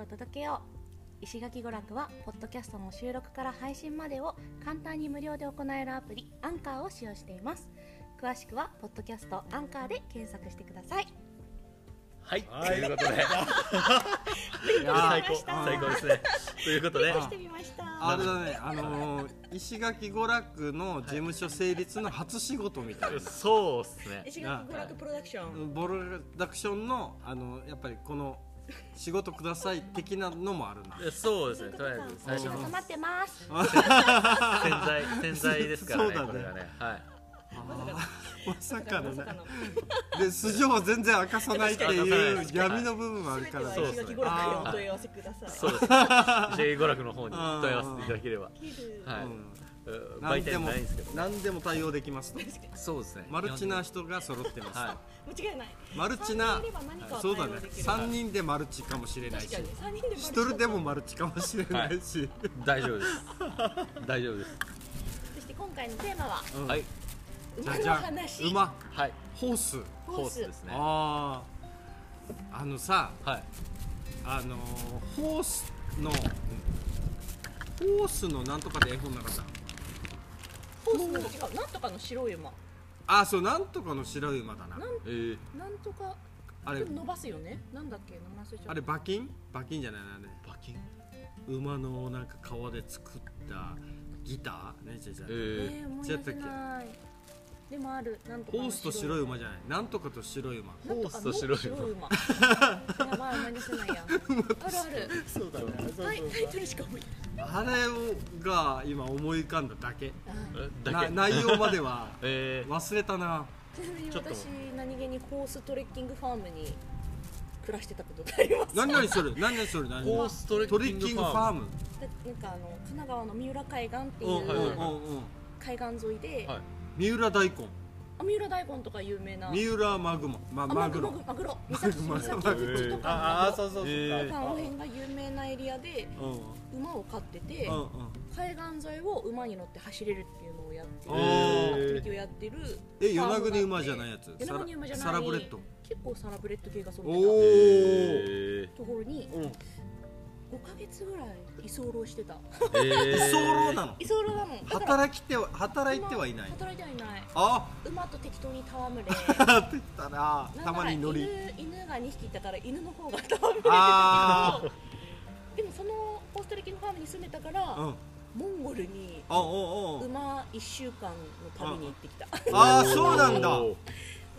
を届けよう石垣娯楽はポッドキャストの収録から配信までを簡単に無料で行えるアプリアンカーを使用しています詳しくはポッドキャストアンカーで検索してくださいはい、はいということで勉強してみまし最高た最高ですねということで勉強してみましたあはれだね、あのー、石垣娯楽の事務所成立の初仕事みたいな。そうっすね石垣娯楽プロダクションボルダクションの、あのやっぱりこの仕事ください的なのもあるんだ。そうですねとりあえず最仕初事の待ってます潜在潜在ですからねそうだねこれがね はいまさかのまねさ。かので、素性は全然明かさないっていう確かに闇の部分もある全てかはら。石そう垣娯楽へお問い合わせくださいそうですね J 娯楽の方にあー問い合わせていただければ切るはい、うんうん何売で店もないんですけど何でも対応できますとそうですねマルチな人が揃ってますと、は間違いないマルチな三人いれば何かはそうだ対ね応できる3人でマルチかもしれない確しかに三人で一人でもマルチかもしれないし、い大丈夫です大丈夫ですそして今回のテーマはうんはいじゃ馬じのゃ話ん馬はいホースホースですねはあああのさいあのーホースのホースのなんとかで絵本なかったホースの違うなんとかの白い馬ああそうなんとかの白い馬だななんえー、なんとかあれでも伸ばすよねなんだっけ名前忘れちゃったあれ馬琴馬琴じゃないなあれ馬琴馬のなんか革で作ったギターねじゃじゃえー、えー、思い出せないでもあるなんとかホのースと白い馬じゃないなんとかと白い馬なんかのホースと白い 馬やばい思い出せないやあるあるそうだねタイタイトルしか思い出あれをが今思い浮かんだだけせないだけな内容まではえー、忘れたなちなみにちょっと私何気にホーストレッキングファームに暮らしてたことがあります何々それ何々それ何ホ々ーストレトッリキンッグキンフグァフームァームでなんかあの神奈川の三浦海岸ってうんうんいうんううん海岸沿いで、はい三浦大根あ三浦大根とか有名な三浦マグマまああマグロマグロ三崎 マ三グロ崎口とかのうそうそうえーパンオフが有名なエリアでうん馬を飼っててうんうん海岸沿いを馬に乗って走れるっていうのをやってるあーアクティビティをやってるえ与那国馬じゃないやつ与那国馬じゃないサラブレッド結構サラブレッド系がそうおみたいえー、なところにおうん5ヶ月ぐらい居候してたえー居候なの居候なのだから働きては働いてはいない働いてはいないあ馬と適当に戯れあってたらたまに乗りなんなら犬犬が2匹いたから犬の方が戯れてたけどあでもそのホーストレキングファームに住んでたから、うんモンゴルにあおうおう馬1週間の旅に行ってきたああそうなんだおー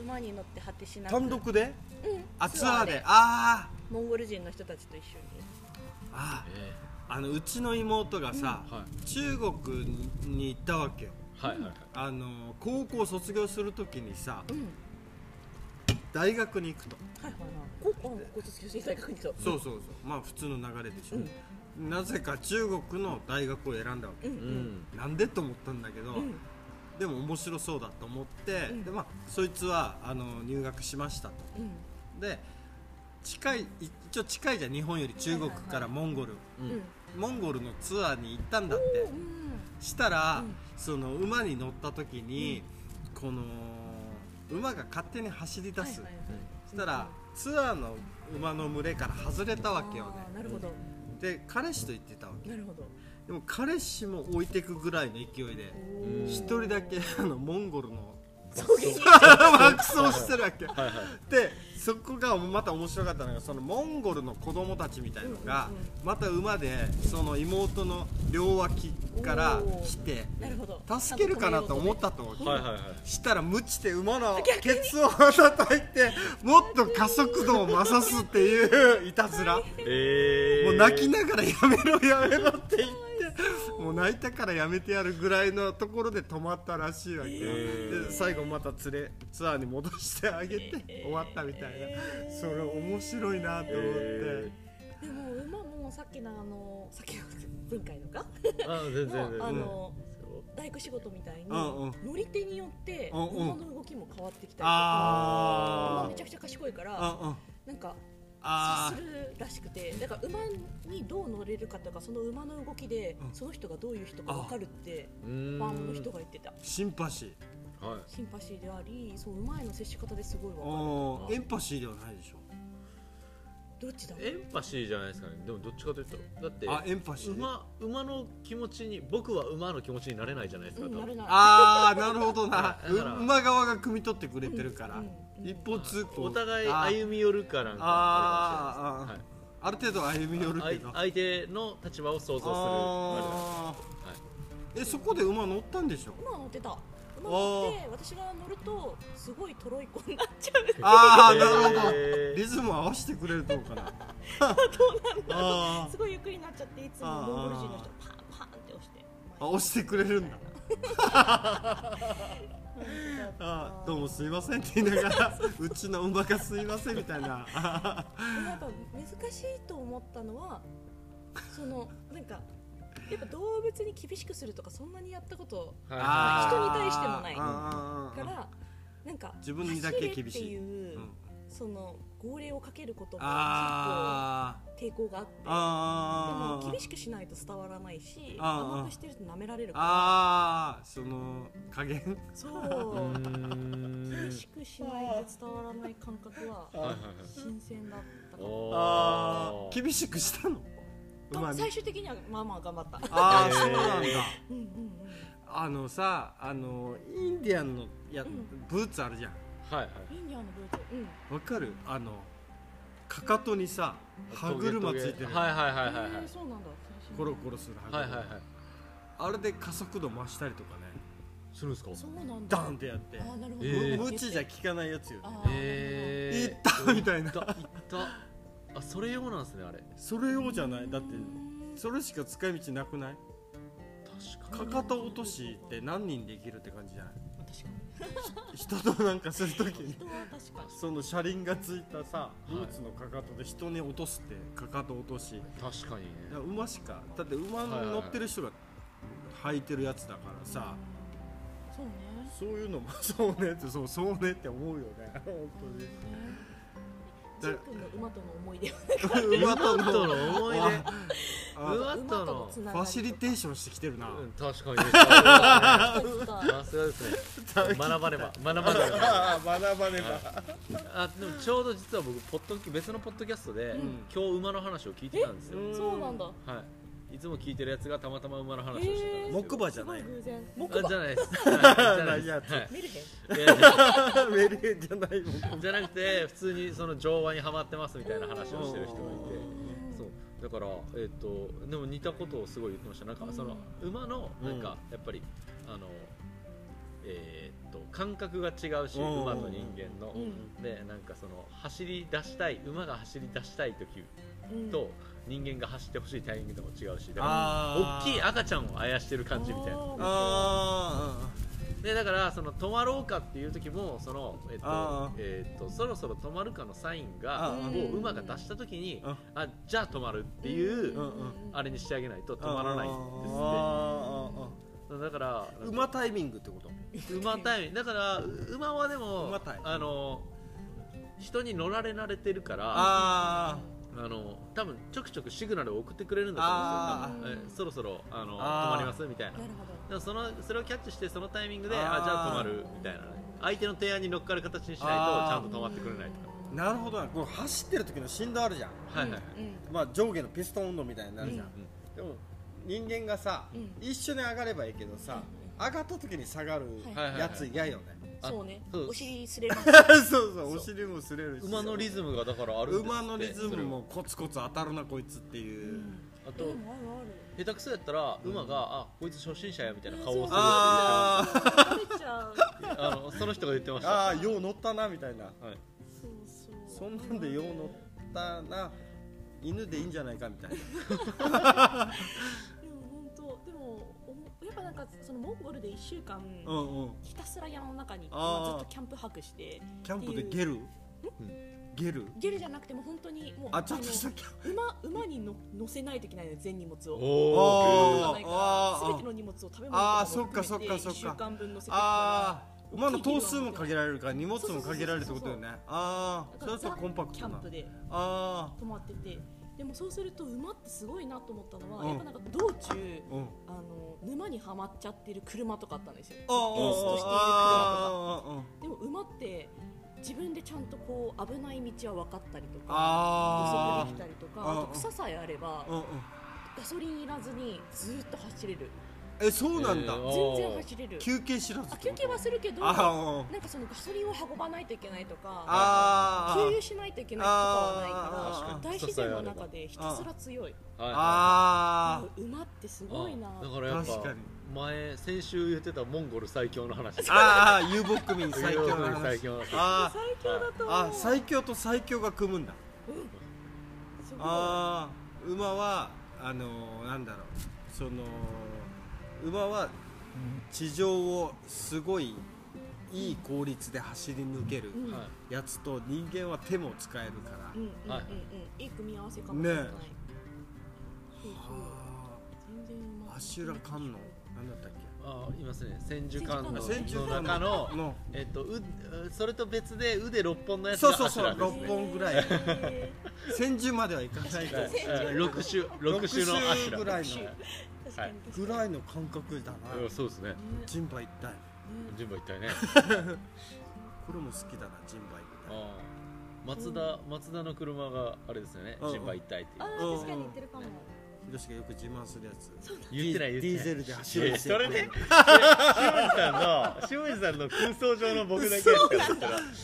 馬に乗って果てしなく単独でうんあツアーであーモンゴル人の人たちと一緒にあえーあのうちの妹がさ、ー、はい中国に行ったわけよはいはいはいあの高校卒業するときにさうん大学に行くとはいはいはい高校の高卒業生大学にとそうそうそうまあ普通の流れでしょ、うんなぜか中国の大学を選んだわけうんううんんなんでと思ったんだけど、うんでも面白そうだと思って、うんでまあ、そいつはあの入学しましたとうんで近い一応近いじゃん日本より中国からモンゴル、うんうんモンゴルのツアーに行ったんだっうてんしたら、うんその馬に乗った時に、この馬が勝手に走り出す、はいはいそしたら、ツアーの馬の群れから外れたわけよねあーなるほどで彼氏と行ってたわけなるほどでも彼氏も置いてくぐらいの勢いでうん一人だけあのモンゴルの草原に爆走してるわけはいはいでそこがまた面白かったのがそのモンゴルの子供たちみたいのがうんうんまた馬でその妹の両脇から来てなるほど助けるかなと思ったとはいはいはいしたら無知で馬のケツを叩いてもっと加速度を増すっていういたずらもえー、う泣きながらやめろやめろって言ってもう泣いたからやめてやるぐらいのところで止まったらしいわけよーで最後また連れツアーに戻してあげて終わったみたいなそれ面白いなと思って、えでも馬もさっきのあのさっきの前回のかー、あ全然全然のあのそう大工仕事みたいにうんうん乗り手によってうん馬うんの動きも変わってきたりとか馬あめちゃくちゃ賢いかあらああなんかあするらしくてだから馬にどう乗れるかとかその馬の動きでうんその人がどういう人か分かるってうーんファームの人が言ってたシンパシーはいシンパシーでありそう馬への接し方ですごい分かるあとーエかンパシーではないでしょどっちだエンパシーじゃないですかねでもどっちかというとだってあエンパシー馬馬の気持ちに僕は馬の気持ちになれないじゃないですうか、ん多なる分なるあーなるほどなだからう馬側が汲み取ってくれてるから、うんうん一方通行お互いあー歩み寄るかなんかあーるかもしれないですある程度歩み寄るはけいどあ相手の立場を想像するああれはいーえそこで馬乗ったんでしょ 馬乗ってた馬乗って私が乗るとすごいトロイコになっちゃうああなるほど、えーリズムを合わせてくれるとこかなどうなんだ あすごいゆっくりになっちゃっていつもモンゴル人の人パンパンって押してーあ押してくれる んだうんあーどうもすいませんって言いながらうちの馬がすいませんみたいなあやっぱ難しいと思ったのはそのなんかやっぱ動物に厳しくするとかそんなにやったことはいー人に対してもないあーあーかあーらなんか自分にだけ厳しい走れっていう、うんその号令をかけることも結構あ抵抗があっーてであもー厳しくしないと伝わらないしあー甘くしてると舐められるからあーその加減そううーん厳しくしないと伝わらない感覚ははいはいはい新鮮だったかもおーあー厳しくしたの馬に最終的にはまあまあ頑張ったああえーそうなんだうんうんうんあのさあのインディアンのや、んブーツあるじゃんはいはいインディアンのブーツうんわかるあのかかとにさ歯車ついてる、はいはいはいはいはいえーそうなんだ最新コロコロする歯車、はいはいはいあれで加速度増したりとかねするんですかそうなんだダンってやってあーなるほどえー無知じゃ効かないやつよねあえいーったみたいな行った行ったあそれ用なんですねあれそれ用じゃないだってうんそれしか使い道なくない確かかかと落としって何人できるって感じじゃない確かに 人となんかするときに人は確かにその車輪がついたさいブーツのかかとで人に落とすってかかと落としに確かにねだから馬しかだって馬に乗ってる人が履いてるやつだからさ、そうねそういうのも そうねってそうそうねって思うよね 本ジン君の馬との思い出は当に馬との思い出ああ 馬とのつフながりァシリテーションしてきてるな、うん確かにねさとかすがですね学ばねば学ばねばああ学ばねあでもちょうど実は僕ポッドキ別のポッドキャストで、ん今日馬の話を聞いてたんですよ、そうなんだはいいつも聞いてるやつがたまたま馬の話をしてたんですへけーど木馬じゃないすご偶然あじゃないです 馬じゃないですはい見るへんいやいや メリーじゃないもんじゃなくて普通にその上腕にはまってますみたいな話をしてる人がいてそうだから、えっとでも似たことをすごい言ってましたなんかその馬のなんかやっぱり、あのえーっと感覚が違うしうん馬と人間の、うんでなんかその走り出したい馬が走り出したい時うんと、人間が走ってほしいタイミングとも違うしだからあ大ーきい赤ちゃんをあやしてる感じみたいなあでだからその止まろうかっていう時もその、えっとああえっとそろそろ止まるかのサインあがあを馬が出した時にああじゃあ止まるっていう、うんあれにしてあげないと止まらないんですってだからなんか馬タイミングってこと馬タイミングだからう馬はでも馬タイあの人に乗られ慣れてるからああの多分ちょくちょくシグナルを送ってくれるんだと思うんですよ多分えそああろそろあのあ止あまりますみたいななるほどでもそのそれをキャッチしてそのタイミングでああーじゃあ止まるみたいなね相手の提案に乗っかる形にしないとちゃあーんと止まってくれないとあなるほどなこれ走ってる時の振動あるじゃんかはいはいはいまあ上下のピストン運動みたいになるじゃん、でも人間がさ、うん一緒に上がればいいけどさ、上がった時に下がるはいはいやつ嫌よね、あそうねそうお尻すれる そうそうお尻も擦れるし馬のリズムがだからあるんですって馬のリズそムれもコツコツ当たるなこいつって いう、あでともあるある下手くそやったら馬があこいつ初心者やみたいな顔をするって言ってまあー慣れちゃうしたあのその人が言ってましたあーよう乗ったなみたいなはいそうそそうんなんでよう乗ったな犬でいいんじゃないかみたいなでも本当でもおやっぱなんかそのモンゴルで一週間うんうんひたすら山の中にずっあーとキャンプ泊してキャンプでゲルゲルゲルじゃなくても本当にもうあちょっとのしたキャンプ馬馬にの乗せないといけないのよ全荷物をおあーーないから全ての荷物を食べ物とあかーそっもか含めてそっかそっか1週間分乗せてるあかあ馬の頭数も限られるから荷物も限られるってことよねああそられだとコンパクキャトンなプであ泊まっててでもそうすると馬ってすごいなと思ったのは、うんやっぱなんか道中あうんあの沼にはまっちゃってる車とかあったんですよああインストしている車とかでも馬って自分でちゃんとこう危ない道は分かったりとか予あ測できたりとあーかあと草さえあればあ、うんうん、ガソリンいらずにずっと走れるえそうなんだ、えー全然走れる休憩しろあ休憩はするけどあなーうんんかそのガソリンを運ばないといけないとかあ給ー油しないといけないとかはないあーか確らかに大自然の中でひたすら強はいいあーもう馬ってすごいなあだからやっ確かぱに前先週言ってたモンゴル最強の話あーあー遊牧民最強の遊牧民最話強の話あー最強だと思うあー最強と最強が組むんだすごいああ馬はあのーなんだろうその馬は地上をすごいいい効率で走り抜けるうんはやつと人間は手も使えるから、うんうんうんうんはいいい組み合わせかもしれないねそうそうあ全然馬ーアシュラカンのなんだったっあいますね千手観音け千手の観音中ののえっとうそれと別で腕六本のやつそうがそうそう柱です六ね本ぐらいへー千獣まではいかないけどはいうん六種六種のアシュラぐらはい確かに確かにぐらいの感覚だなうんそうですねね人馬一体ね順番一体ねこれも好きだな人馬一体あー松田松田の車があれですよねうん順番一体っていあうー確かに言ってるかもひろしがよく自慢するやつ言ってないデ言ィってないディーゼルで走いるやそれね塩見さんの塩見さんの空想上の僕だけです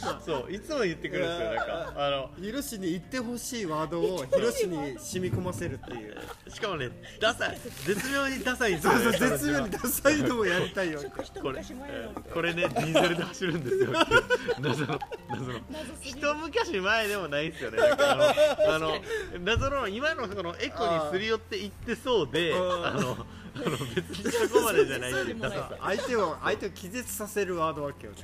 からそそういつも言ってくるんですよなんかあのひろしに言ってほしいワードをひろしに染み込ませるっていうしかもねダサい絶妙にダサいんですよ そうねそう絶妙にダサいのをやりたいよちょっと一これ昔前のこれねディーゼルで走るんですよっていう謎の謎の謎すぎる一昔前でもないですよねなんかあのあの謎の今のこのエコにすり寄っていってそうでああのーあの別にそこまでじゃ ないっていうダサさ相手を相手を気絶させるワードわけよね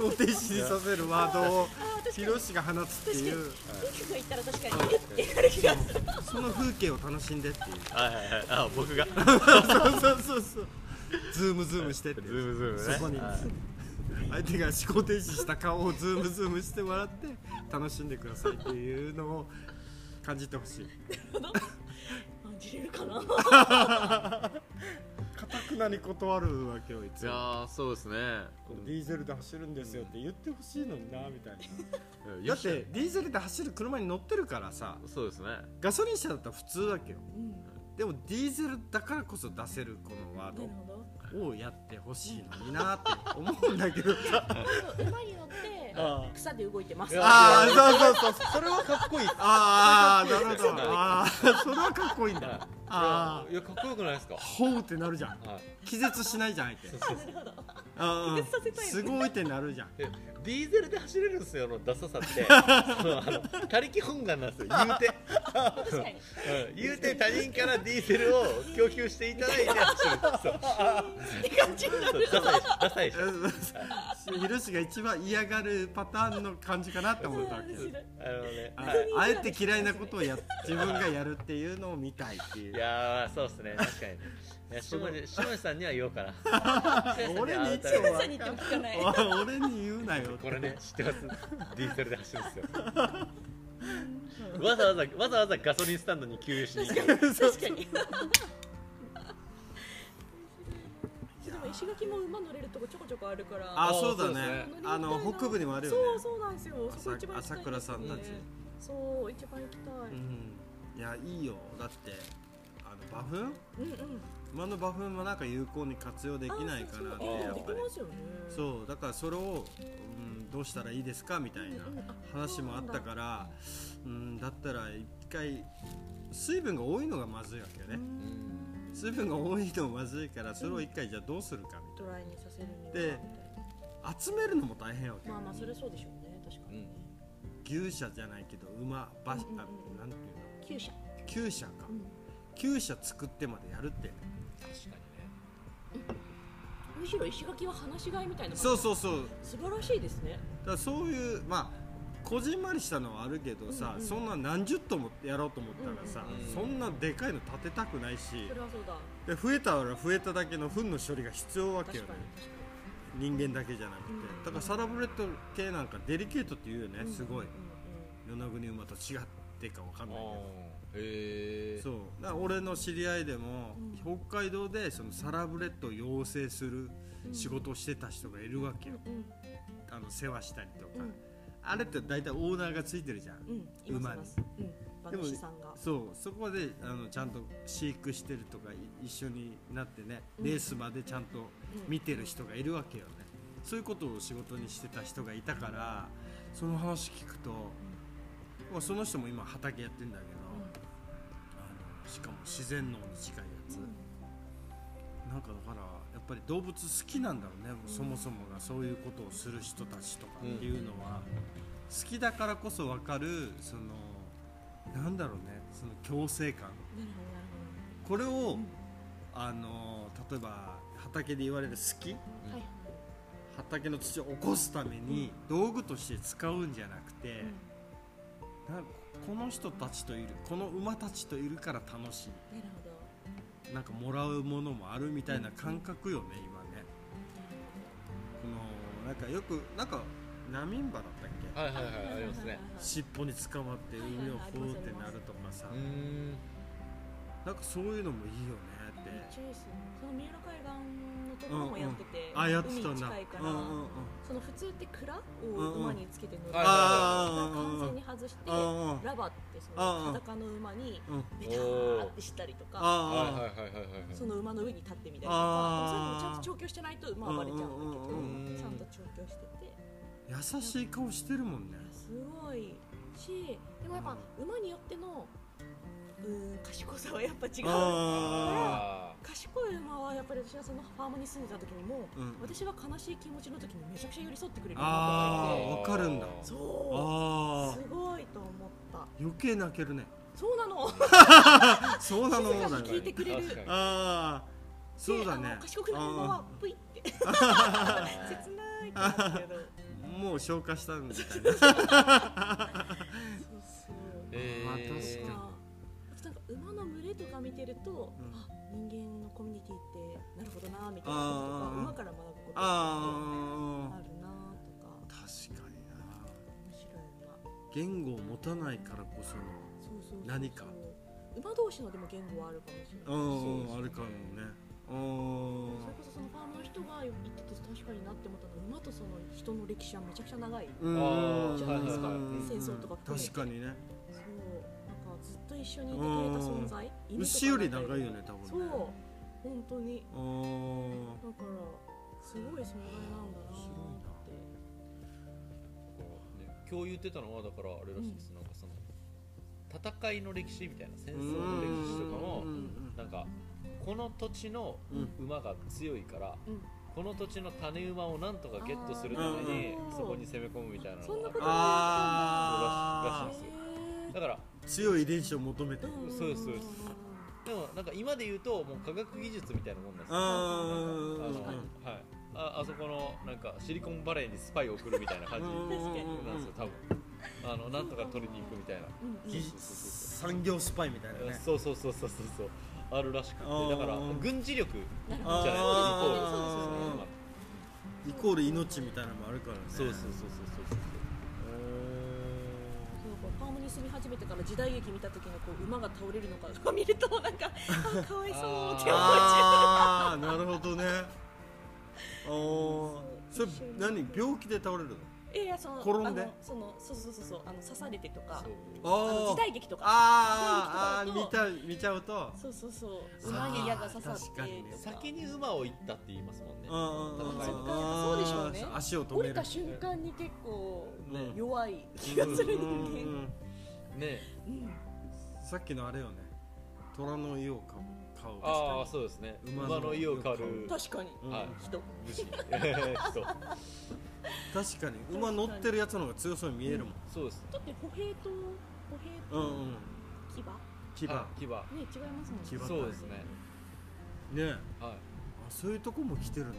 思考停止にさせるワードをあー確かひにろしが放つっていう僕が行ったら確かにえってなる気がするその風景を楽しんでっていうはいはいはいあ僕がそうそうそうそうズームズームしてってズームズームねそこにはい相手が思考停止した顔をズームズームしてもらって楽しんでくださいっていうのを感じてほしい感じれるかなかたくなに断るわけよいいつやもーそうですねディーゼルで走るんですよって言ってほしいのになみたいなだよっしてディーゼルで走る車に乗ってるからさそうですねガソリン車だったら普通だけようんでもディーゼルだからこそ出せるこのワなるーほどドをやってほしいのになって思うんだけど馬に乗ってあ草で動いてます。あそうそうそうそれはかっこいいああなるほどはいああそれはかっこいいんだあいやかっこよくないですかあほうってなるじゃんはい気絶しないじゃん相手なるほど。あ気絶させたいあすごいってなるじゃんえディーゼルで走れるんですよのダサさってそのあの他力本願なんですよ言うて確かに。うん言うて他人からディーゼルを供給していただいて走る そうって感じになる。そうダサいしダサいしひろしが一番嫌がるパターンの感じかなって思ったわけ面白いあのねあはいあえて嫌いなことをや自分がやるっていうのを見たいっていいうやーそうですね確かにねいや下地下地さんには言おうかな俺に一下地さんに応はは草に行っても聞かない。お俺に言うなよってこれね知ってますディーゼルで走るんですよわざわざわざわざガソリンスタンドに給油しに行く確かに。でも石垣も馬乗れるとこちょこちょこあるから。あそうだそうですねね乗りたいなあの北部にもあるよねそうそうなんですよ。そこ一番行きたいです朝ね倉さんたち。そう一番行きたい。うんいやいいよだってあの馬粉うんうん。馬の馬粉もなんか有効に活用できないかなってあやっぱそうそうでりきますよね。う。そうだからそれを、うん、どうしたらいいですかみたいなうんうんあ話もあったから、うん、だったら一回水分が多いのがまずいわけよね水分が多いのまずいからそれを一回じゃあどうするかみたいドライにさせるには。でな集めるのも大変わけよまあまあそれそうでしょうね確かに。牛舎じゃないけど馬馬、あうんうんうんなんていうの厩舎。厩舎かうん。厩舎作ってまでやるってむしろ石垣は放し飼いみたいなそう素そうそう晴らしいですねだからそういうまあこじんまりしたのはあるけどさ、うんうんそんな何十頭もやろうと思ったらさ、うんうんそんなでかいの建てたくないしそれはそうだで増えたら増えただけの糞の処理が必要わけ確よねかに確人間だけじゃなくて、うんだからサラブレッド系なんかデリケートって言うよね、かにすごいうんう与那国馬と違ってかわかんないへけどそうだから俺の知り合いでも、うん北海道でそのサラブレッドを養成するんうん仕事をしてた人がいるわけよ、うんうんあの世話したりとか、うんあれって大体オーナーがついてるじゃんうん、いますいます。うん、馬でも主さんが。そうそこであのちゃんと飼育してるとかい一緒になってねレースまでちゃんと見てる人がいるわけよねそういうことを仕事にしてた人がいたからその話聞くと、まあ、その人も今畑やってんだけど、あのしかも自然農に近いやつ、なんかだからやっぱり動物好きなんだろうね、もうそもそもがそういうことをする人たちとかっていうのは、好きだからこそ分かるそのなんだろうねその共生感なるほどなるこれを、あの例えば畑で言われる好きほど。はい。畑の土を起こすために道具として使うんじゃなくて、なんかこの人たちといるこの馬たちといるから楽しいなるほど。なんかもらうものもあるみたいな感覚よね、今ねこのなんかよくなんかナミンバだったっけ、はいはいはいありますね尻尾に捕まってはいはい海をふーってなるとかさ、うーんなんかそういうのもいいよねめっってちゃいいっすね。その三浦海岸のところもやってて、あやってた海んだ近いから、うんうんうんその普通って蔵を馬につけて乗る、うんうんあー完全に外して、うんうんラバってそうんうんの裸の馬にうんベターってしたりとか、はいはいはいはいあはいはいその馬の上に立ってみたりとあか、ーそういうのもちゃんと調教してないと馬はバレちゃうんだけうど、んうんうんちゃんと調教してて。あ優しい顔してるもんねすごいしでもやっぱ馬によってのうーん賢さはやっぱ違うああ賢い馬はやっぱり私はそのファームに住んでた時にも、うん私が悲しい気持ちの時にめちゃくちゃ寄り添ってくれるー馬があいてーわかるんだそあうすーごいと思った余計泣けるねそうなのそうなの静かだに聞いてねくれる確かに ああそうだであねの 賢くなるのはぷいって切ないと思うけ あどーもう消化したみたいなそうすごいえーまあ確かになんか馬の群れとか見てると、んあ人間のコミュニティってなるほどなみたいなこととあかー馬から学ぶこととかあああるなとか確かにな面白い言な語を持たないからこそそうそうそうそう何か馬同士のでも言語はあるかもしれない、のそううんあるかもねうんそれこそそのファームの人が言ってて確かになって思ったのは馬とその人の歴史はめちゃくちゃ長いうんじゃないですかうん戦争とか含めて確かにねそうなんかずっと一緒にいてくれた存在犬とか牛より長いよね多分ねそう本当にあーだからすごい存在なんだなってね今日言ってたのはだからあれらしいです、なんかその戦いの歴史みたいな戦争の歴史とかもうんうんなんかこの土地の馬が強いから、うんこの土地の種馬をなんとかゲットするためにあーそこに攻め込むみたいなのそんなこあとあらーしいへるだから強い遺伝子を求めてーんそうですそうですでもなんか今で言うともう科学技術みたいなもんなんですよああのーはい、ああそこのなんかシリコンバレーにスパイを送るみたいな感じうん確かになんですよ多分あのなんとか取りに行くみたいなうんうんぎ産業スパイみたいなねそうそうそうそうそうそうあるらしくあーてだから軍事力じゃないイあーコールそうイコール命みたいなのもあるからねそうそうそうそうそうそうこうファームに住み始めてから時代劇見た時のこう馬が倒れるのか見るとなんかあかわいそうって思っちゃああなるほど ねあーそれ何病気で倒れるのういやその転んであのそのそうそうそうそうあの刺されてとかそうあのあ時代劇とかあーあ時代ー見た劇と見ちゃうとそうそうそう馬に矢が刺さってあー確かにねとか先に馬を行ったって言いますもんねうんうんうん戦いのそうでしょうねあー足を止降めりるた瞬間に結構ね弱い気がする人間、うんねうんさっきのあれよね虎の湯を買う買うああそうですね馬馬のの家を狩る確かにうんはい人武士そう確かに馬乗ってるやつの方が強そうに見えるもんそうですねだって歩兵と歩兵うんうとん牙、あ牙牙ねね違いますもんね牙そうですねえはいあそういうとこも来てるだか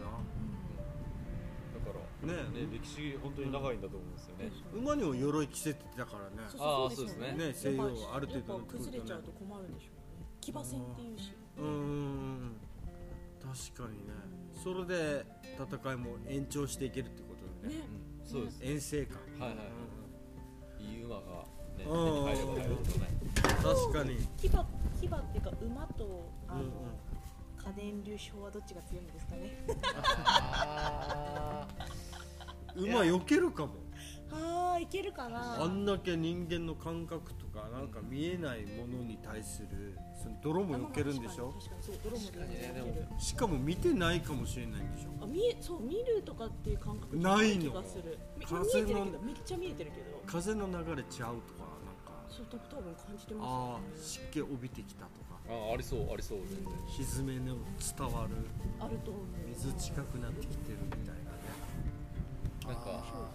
ならねね歴史本当に長いんだと思うんですよねえ馬にも鎧着せてたからねそうあーそうそうですねね西洋はやっぱある程度やっぱ崩れちゃうと困るんでしょうね騎馬戦っていうしうーん確かにねそれで戦いも延長していけるってことだねねうんそうです遠征感はいはいはいいい馬がね手うんうんにうん入れば入るとね確かに騎馬騎馬っていうか馬とあうんの、うん家電流症はどっちが強いんですかねあー馬避けるかもははいけるかなあんだけ人間の感覚とかなんか見えないものに対するその泥もあ避けるんでしょ確かに確かにそう泥も避確かにねでもけるしかも見てないかもしれないんでしょあ見えそう見るとかっていう感覚ないの気がするみ風も見えてるけどめっちゃ見えてるけど風の流れ違うとかなんかそう多分感じてああます湿気帯びてきたとかあありそうありそう全然蹄の伝わるよねあると思う水近くなってきてるみたいなねなんかあ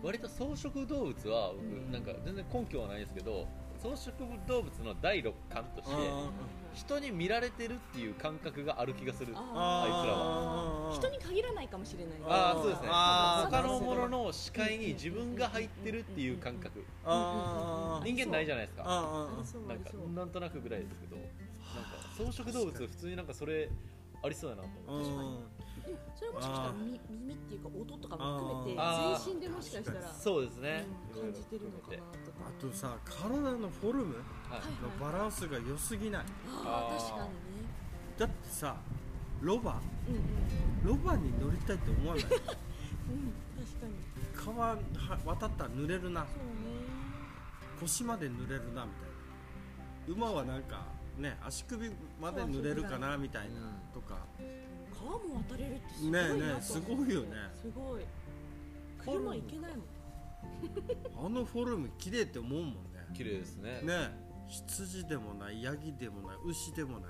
割と草食動物は僕うんなんか全然根拠はないですけど草食動物の第六感としてあ人に見られてるっていう感覚がある気がするあああいつらあは人に限らないかもしれないああそうですねあー他のものの視界に自分が入ってるっていう感覚あー人間ないじゃないですかあありそうあなんりかそうなんとなくぐらいですけどなんか草食動物普通になんかそれありそうやなとあ思ってでもそれもしかしたらみ耳っていうか音とかも含めてあー全身でもしかしたらそうですねうん感じてるのかなとかあとさ体のフォルムはいはいのバランスが良すぎないああ確かだってさロバにねロバに乗りたいって思わないうんうんうん確かに川は渡ったら濡れるなそうね腰まで濡れるなみたいな馬はなんかね足首まで濡れるかなみたいなとか川も渡れるってすごねいなえねえとす思ってごいよねすごい車行けないもんあのフォルム綺麗って思うもんね綺麗ですねねえ羊でもないヤギでもない牛でもない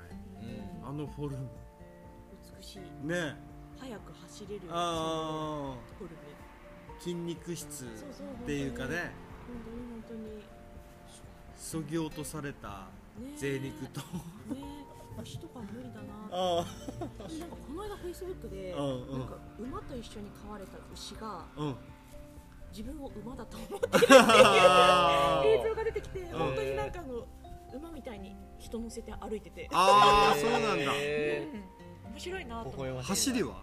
うんあのフォルム美しいねえ早く走れるあそういうところであ筋肉質っそうそうていうかね本当に本当に本そぎ落とされた当にねえ贅肉とねえ牛とか無理だなあなんかこの間フェイスブックでうんうんなんか馬と一緒に飼われた牛があうん自分を馬だと思ってるあ映像が出てきて本当になんかあの馬みたいに人乗せて歩いててあーそうなんだえー面白いな微と思って笑ましいな走りは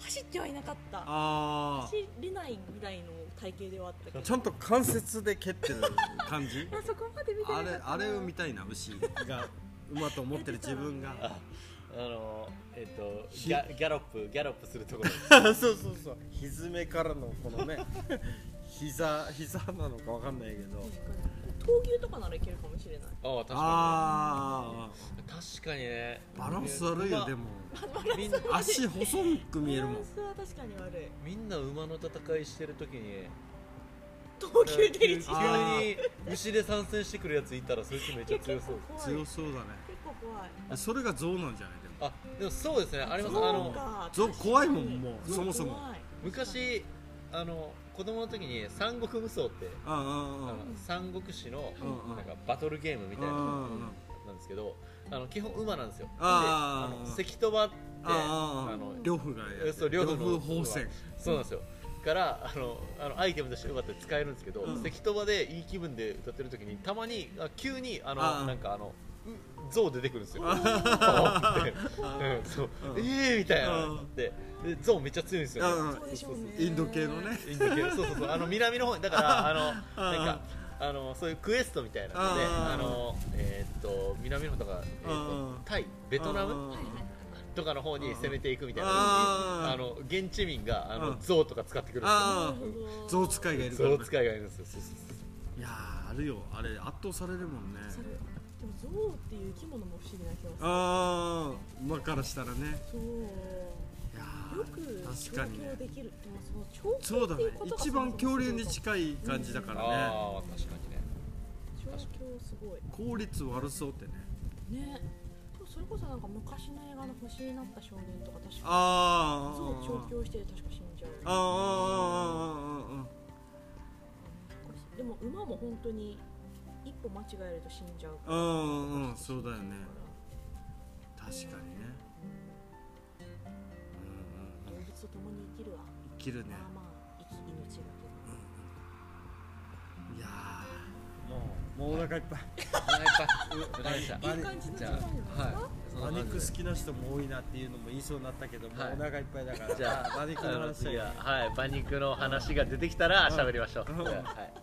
走ってはいなかったあ走れないぐらいの体型ではあったけどあちゃんと関節で蹴ってる感じあそこまで見てなあかっれたなあれを見たいな牛が馬と思ってる自分があのえっ、とギャギャロップギャロップするところ そうそうそう蹄からのこのね膝膝なのかわかんないけど闘牛とかならいけるかもしれないああ確かあに確かにねあバランス悪いよでももみんな足細く見えるもんバランスは確かに悪いみんな馬の戦いしてる時 に闘急牛急でに一結あ牛で参戦してくるやついたらそいつめっちゃ強そう構怖い強結そうだ構怖いねそれが象なんじゃないでもあでもそうですねありますあそうのかゾウ怖いもんもうゾウそもそも怖い昔あの子供の時に三国無双ってああああの三国志のうんうんなんかバトルゲームみたいなうんのうんうんなんですけどあの基本馬なんですよでああーの関戸場ってああああのあ両夫がやそう両夫の夫宝船そうなんですよからあのあのアイテムとして奪って使えるんですけど、うん関戸場でいい気分で歌ってる時にたまにあ急にあのあーなんかあのう象出てくるんですよ。って うんそううんえーみたいなうんってで象めっちゃ強いんですよ、うんそうでしょうねインド系のねインド系そうそうそうあの南の方にだからあのなんかあのそういうクエストみたいなのでうんあのえーっと南の方とか、えーっうんとタイベトナムあはいはいとかの方に攻めていくみたいな時にあーあの現地民があうのん象とか使ってくるんですよ。ああ象使いがいるからね象使いがいるんですよそうそうそういやーあるよあれ圧倒されるもんねそれでもゾウっていう生き物も不思議な気がするああ馬からしたらねそういやよくー確調かに教ねできるでもそのそ調うだ教っねていうことが一番恐竜にい近い感じだからねああ確かにね調教すごい効率悪そうってねねでもそれこそなんか昔の映画の星になった少年とか確かあーそう調教して確か死んじゃうあーあーあーあーあーあーでも馬も本当に一歩間違えると死んじゃうからうんうんそうだよね確かにねうんうんうん動物と共に生きるわ、生きるねまあまあ生き命だけいやーもうもうお腹いっぱいお腹いっぱいわかりましたどどいい感じの時間なんですか、じゃ あはそんな馬感じ肉で好きな人も多いなっていうのも言いそうになったけども、はいお腹いっぱいだからじゃあ馬肉のあの話次はははい馬肉の話が出てきたら喋りましょううんじゃあはい